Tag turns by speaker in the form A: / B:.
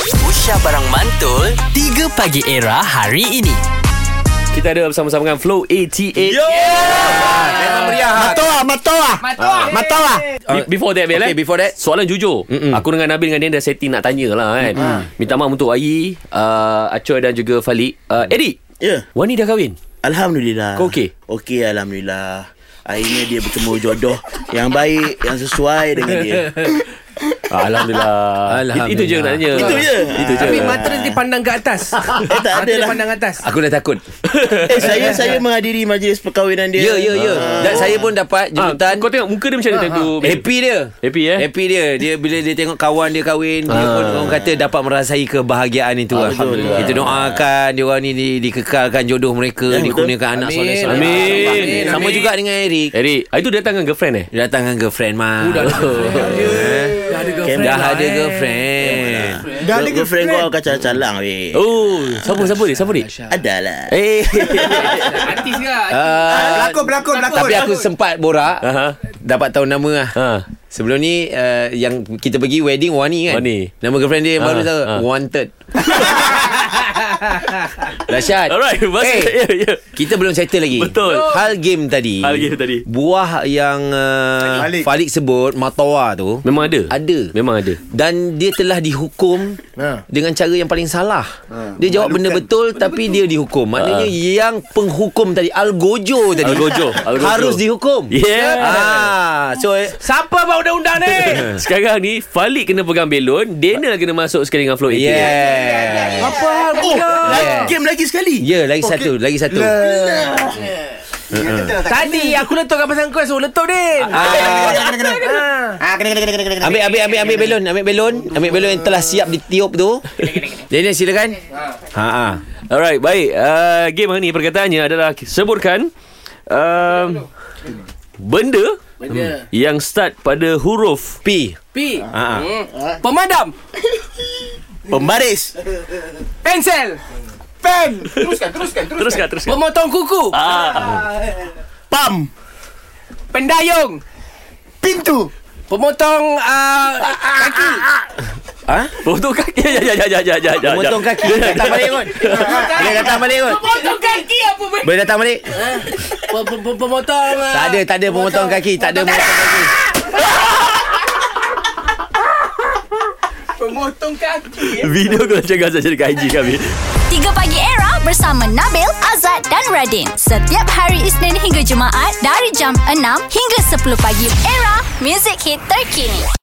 A: Aisyah Barang Mantul 3 Pagi Era hari ini
B: Kita ada bersama-sama dengan Flow 88 Yo!
C: Memang meriah.
D: Matoa, Matoa.
C: Ah.
D: Matoa. Matoa.
B: Before that Bel
C: Okay,
B: eh?
C: before that.
B: Soalan jujur Mm-mm. Aku dengan Nabil dengan dia Dah setting nak tanya lah kan mm. Minta maaf untuk Ayi uh, Acoy dan juga Falik uh, Eddie
D: Ya.
B: Wani dah kahwin
D: Alhamdulillah.
B: Kau okey?
D: Okey, Alhamdulillah. Akhirnya dia bertemu jodoh yang baik, yang sesuai dengan dia.
B: Ah, Alhamdulillah It- Itu je nak tanya
D: Itu je.
B: Itu je
D: Tapi
C: mata dia pandang ke atas.
D: Eh, tak ada lah.
C: atas. Aku dah takut.
D: Eh, saya saya menghadiri majlis perkahwinan dia. Ah.
C: Ya, ya, ya. Dan saya pun dapat
B: Ah,
C: jemputan.
B: Kau tengok muka dia macam mana time tu Bel?
C: Happy dia.
B: Happy, eh?
C: Happy dia. Dia bila dia tengok kawan dia kahwin, dia
B: Ah.
C: pun orang kata dapat merasai kebahagiaan itu. lah.
D: Alhamdulillah.
C: Kita doakan dia orang ni di- dikekalkan jodoh mereka,
D: Ya, betul.
C: dikurniakan anak soleh soleh.
B: Amin. Amin.
C: Sama
B: Amin.
C: juga dengan Eric.
B: Eddie ah, Itu dia datang dengan girlfriend eh
C: Dia datang dengan girlfriend mah.
E: Oh, Dah ada girlfriend
C: Dah
E: lah,
C: ada
E: eh.
C: girlfriend.
D: Dah ada girlfriend kau kacau calang weh.
B: Oh Siapa siapa dia Siapa dia
D: eh. Adalah.
B: Eh
E: Artis ke?
C: Ah,
E: Pelakon, pelakon, pelakon.
C: Tapi aku sempat borak ah,
B: Aha.
C: Dapat tahu nama lah
B: Ha.
C: Sebelum ni uh, Yang kita pergi wedding Wani kan
B: Wani.
C: Nama girlfriend dia yang
B: Ha,
C: baru saya
B: ha.
C: Wanted Dahsyat
B: Alright
C: Eh,
B: Masuk Ya ya
C: Kita belum settle lagi
B: Betul.
C: Hal game tadi
B: Hal game tadi.
C: Buah yang uh, Falik.
E: Falik.
C: Falik sebut Matawa tu
B: Memang ada
C: Ada
B: Memang ada
C: dan dia telah dihukum
E: Ha.
C: dengan cara yang paling salah. Dia jawab benda betul tapi dia dihukum. Maknanya yang penghukum tadi Algojo tadi
B: Algojo, Algojo.
C: harus dihukum.
B: Yeah.
C: Ah, so
E: Siapa bawa undang-undang ni?
B: Sekarang ni Falik kena pegang belon Daniel kena masuk sekali dengan Flow 88
C: yeah.
E: Apa hal
D: Oh, lagi
C: Yeah.
D: game lagi sekali.
C: Ya, yeah, lagi satu, lagi satu.
E: Tadi aku letup kat pasang kau suruh letup Din.
C: Ah,
E: Ha.
C: ambil ambil ambil ambil belon, ambil belon, ambil belon yang telah siap ditiup tu. Daniel silakan. Ha ah.
B: Alright, baik. Uh, game hari ni perkataannya adalah sebutkan um, benda
E: Benda.
B: yang start pada huruf
C: P.
E: Pi. Hmm.
C: Ha ah.
E: Pemadam.
D: Pembaris.
E: Pensel. Pen.
B: teruskan teruskan.
E: Pemotong kuku.
B: Ah,
D: Pam.
E: Pendayung. Pintu. Pemotong uh, kaki.
C: Ha?
B: potong kaki. Ya ya ya ya ya ya. ya.
C: Memotong kaki. Boleh datang balik kot. Boleh datang balik kot.
E: Pemotong kaki apa benda?
C: Boleh datang balik.
E: Pemotong. ah,
C: Tak ada, tak ada pemotong kaki, tak ada pemotong kaki.
E: Pemotong kaki.
B: Video kalau cakap saya jadi IG kami.
F: 3 Pagi Era bersama Nabil, Azad dan Radin. Setiap hari Isnin hingga Jumaat dari jam 6 hingga 10 pagi. Era, music hit terkini.